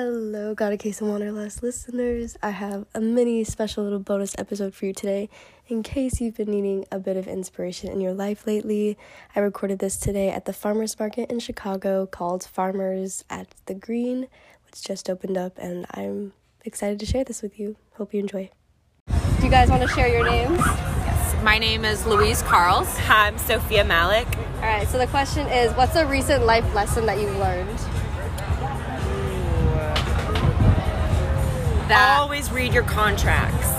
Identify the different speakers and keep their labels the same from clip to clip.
Speaker 1: Hello, Got a Case of Wanderlust listeners. I have a mini special little bonus episode for you today in case you've been needing a bit of inspiration in your life lately. I recorded this today at the farmers market in Chicago called Farmers at the Green, which just opened up, and I'm excited to share this with you. Hope you enjoy. Do you guys want to share your names?
Speaker 2: My name is Louise Carls.
Speaker 3: Hi, I'm Sophia Malik.
Speaker 1: All right, so the question is what's a recent life lesson that you learned?
Speaker 2: That
Speaker 3: Always read your contracts.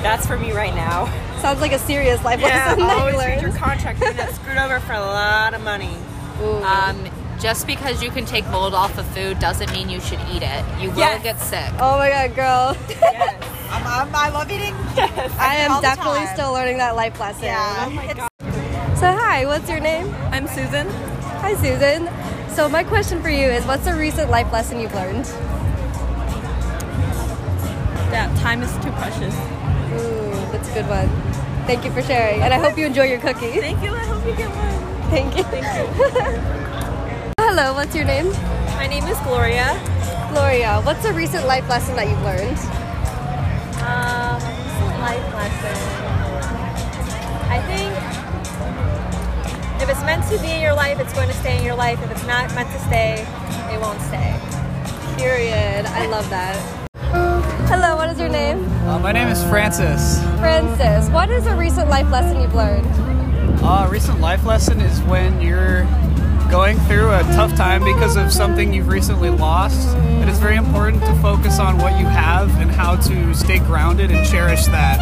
Speaker 3: That's for me right now.
Speaker 1: Sounds like a serious life lesson that
Speaker 3: always
Speaker 1: you
Speaker 3: read your
Speaker 1: learned.
Speaker 3: contract. You got screwed over for a lot of money.
Speaker 1: Ooh.
Speaker 2: um, just because you can take mold off of food doesn't mean you should eat it. You will
Speaker 3: Yes.
Speaker 2: get sick.
Speaker 1: oh my god, girl.
Speaker 3: Yes. I'm, I'm, I love eating. Yes.
Speaker 1: I am definitely still learning that life lesson.
Speaker 3: Oh my God.
Speaker 1: So hi, what's your name?
Speaker 3: I'm Susan.
Speaker 1: Hi Susan. So my question for you is what's a recent life lesson you've learned?
Speaker 3: That time is too precious.
Speaker 1: Ooh, that's a good one. Thank you for sharing. And I hope you enjoy your cookie.
Speaker 3: Thank you. I hope you get one.
Speaker 1: Thank you. Thank you. Hello, what's your name?
Speaker 3: My name is Gloria.
Speaker 1: Gloria. What's a recent life lesson that you've learned?
Speaker 3: Um, life lesson. I think if it's meant to be in your life, it's going to stay in your life. If it's not meant to stay, it won't stay.
Speaker 1: Period. I love that. Hello, what is your name?
Speaker 4: Uh, my name is Francis.
Speaker 1: Francis. What is a recent life lesson you've learned?
Speaker 4: Uh, a recent life lesson is when you're going through a tough time because of something you've recently lost. It is very important to focus on what you have and how to stay grounded and cherish that.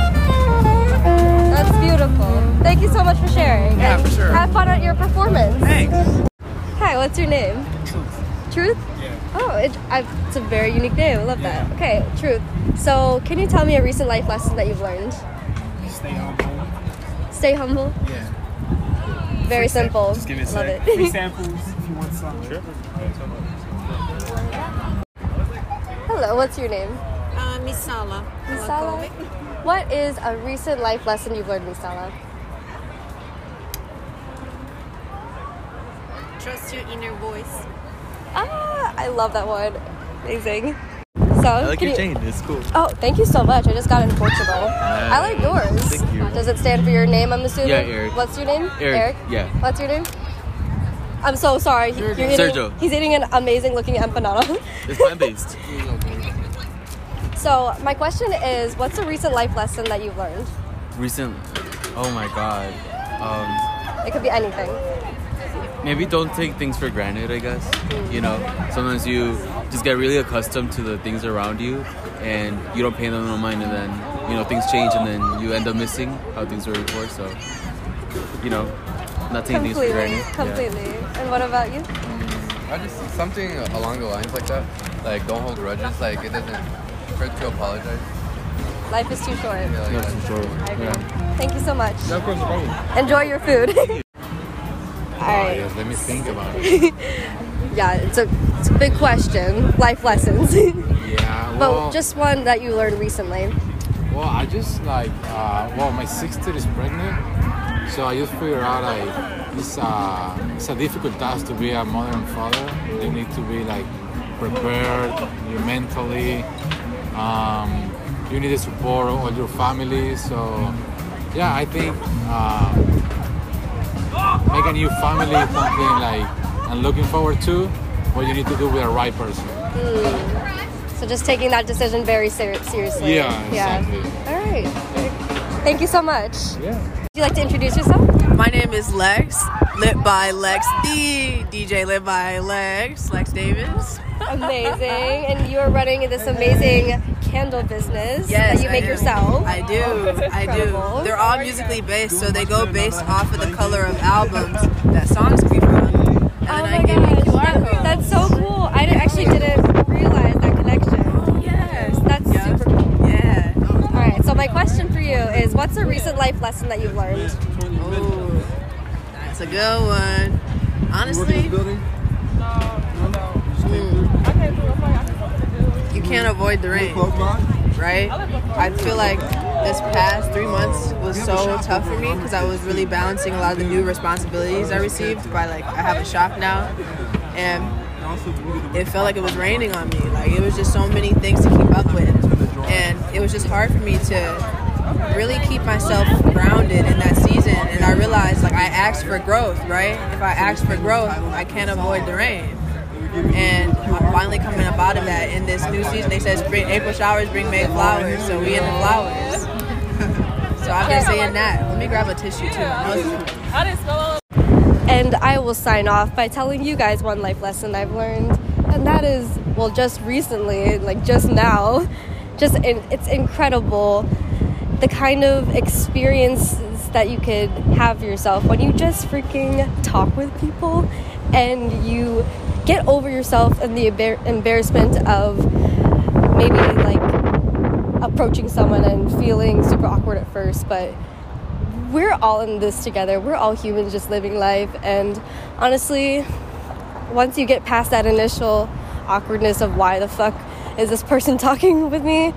Speaker 1: That's beautiful. Thank you so much for sharing.
Speaker 4: Yeah, for sure.
Speaker 1: Have fun at your performance.
Speaker 4: Thanks.
Speaker 1: Hi, what's your name? Truth. Truth? Oh, it, I, it's a very unique name. I love that. Okay, Truth. So, can you tell me a recent life lesson that you've learned?
Speaker 4: Stay humble.
Speaker 1: Stay humble.
Speaker 4: Yeah.
Speaker 1: Very simple.
Speaker 4: Just give me a
Speaker 1: love
Speaker 4: sec.
Speaker 1: it.
Speaker 4: samples if you want some. Sure.
Speaker 1: Hello, what's your name?
Speaker 5: Uh, Misala.
Speaker 1: Misala. What is a recent life lesson you've learned, Misala?
Speaker 5: Trust your inner voice.
Speaker 1: Ah, I love that one. Amazing. So,
Speaker 6: I like
Speaker 1: can you-
Speaker 6: your chain. It's cool.
Speaker 1: Oh, thank you so much. I just got it in Portugal. I like yours.
Speaker 6: Thank you.
Speaker 1: Does it stand for your name, I'm assuming?
Speaker 6: Yeah, Eric.
Speaker 1: What's your name?
Speaker 6: Eric, yeah.
Speaker 1: What's your name? I'm so sorry. He- You're eating,
Speaker 6: Sergio.
Speaker 1: He's eating an amazing looking empanada.
Speaker 6: It's plant based.
Speaker 1: so, my question is what's a recent life lesson that you've learned?
Speaker 6: Recent. Oh my god. Um,
Speaker 1: It could be anything.
Speaker 6: maybe don't take things for granted. I guess. You know, sometimes you just get really accustomed to the things around you, and you don't pay them no mind, and then you know things change, and then you end up missing how things were before. So, you know, not taking things for
Speaker 1: completely.
Speaker 6: granted. Yeah.
Speaker 1: Completely. And what about you?
Speaker 7: I just something along the lines like that. Like don't hold grudges. Like it doesn't hurt to apologize.
Speaker 1: Life is too short.
Speaker 7: Yeah, like
Speaker 6: Yeah,
Speaker 7: that.
Speaker 6: for sure. Yeah.
Speaker 1: Thank you so much. Enjoy your food. All right.
Speaker 8: Oh,
Speaker 7: Yeah, let me think about it.
Speaker 1: Yeah, it's a, it's a big question. Life lessons.
Speaker 8: Yeah,
Speaker 1: but
Speaker 8: well,
Speaker 1: just one that you learned recently.
Speaker 8: well, I just like, uh, well, my sister is pregnant, so I just figure out like it's a it's a difficult task to be a mother and father. You need to be like prepared, you mentally, um, you need the support of all your family. So, yeah, I think uh, make a new family is something like I'm looking forward to. What you need to do with the right person.
Speaker 1: So just taking that decision very ser- seriously.
Speaker 8: Yeah,
Speaker 1: Yeah.
Speaker 8: exactly.
Speaker 1: All right. Thank you so much. Would
Speaker 8: Yeah.
Speaker 1: you like to introduce yourself?
Speaker 9: My name is Lex, lit by Lex D, DJ lit by Lex, Lex Davis.
Speaker 1: Amazing. and you are running this amazing candle business
Speaker 9: Yes,
Speaker 1: that you
Speaker 9: I
Speaker 1: make
Speaker 9: do.
Speaker 1: yourself.
Speaker 9: I do, I
Speaker 1: incredible.
Speaker 9: do. They're all musically based, so they go based off of the color of albums that songs be from. And then
Speaker 1: oh
Speaker 9: I
Speaker 1: my
Speaker 9: give you
Speaker 1: gosh.
Speaker 9: QR codes.
Speaker 1: That's so cool. I di- actually didn't realize that connection.
Speaker 9: yes.
Speaker 1: That's
Speaker 9: Yeah.
Speaker 1: super cool.
Speaker 9: Yeah.
Speaker 1: All right. So my question for you is, what's a recent life lesson that you've learned?
Speaker 9: Ooh, Oh. that's a good one. Honestly, mm, you can't avoid the rain, right? I feel like this past three months was so tough for me because I was really balancing a lot of the new responsibilities I received by like I have a shop now, and it felt like it was raining on me. Like it was just so many things to keep up with, and it was just hard for me to really keep myself grounded in that season. And I realized like I asked for growth, right? If I ask for growth, I can't avoid the rain. And I'm finally coming up out of that in this new season. They said spring, April showers bring May flowers, so we in the flowers. So I've been saying that. Let me grab a tissue too. My nose is-
Speaker 10: And I will sign off by telling you guys one life lesson I've learned. And that is, well, just recently, like just now, just in, it's incredible the kind of experiences that you could have yourself when you just freaking talk with people and you get over yourself and the embar- embarrassment of maybe like approaching someone and feeling super awkward at first, but we're all in this together. We're all humans just living life. And honestly, once you get past that initial awkwardness of why the fuck is this person talking with me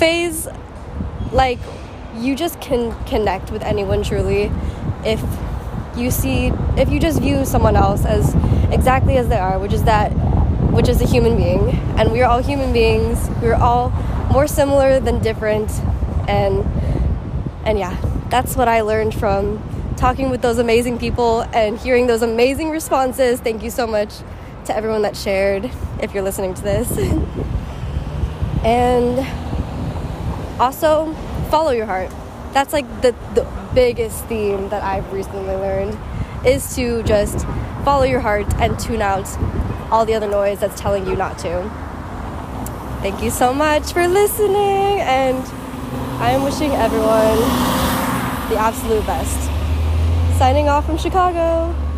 Speaker 10: phase, like you just can connect with anyone truly if you see, if you just view someone else as exactly as they are, which is that, which is a human being. And we're all human beings. We're all more similar than different. And and yeah, that's what I learned from talking with those amazing people and hearing those amazing responses. Thank you so much to everyone that shared, if you're listening to this. and also, follow your heart. That's like the, the biggest theme that I've recently learned is to just follow your heart and tune out all the other noise that's telling you not to. Thank you so much for listening and I am wishing everyone the absolute best. Signing off from Chicago.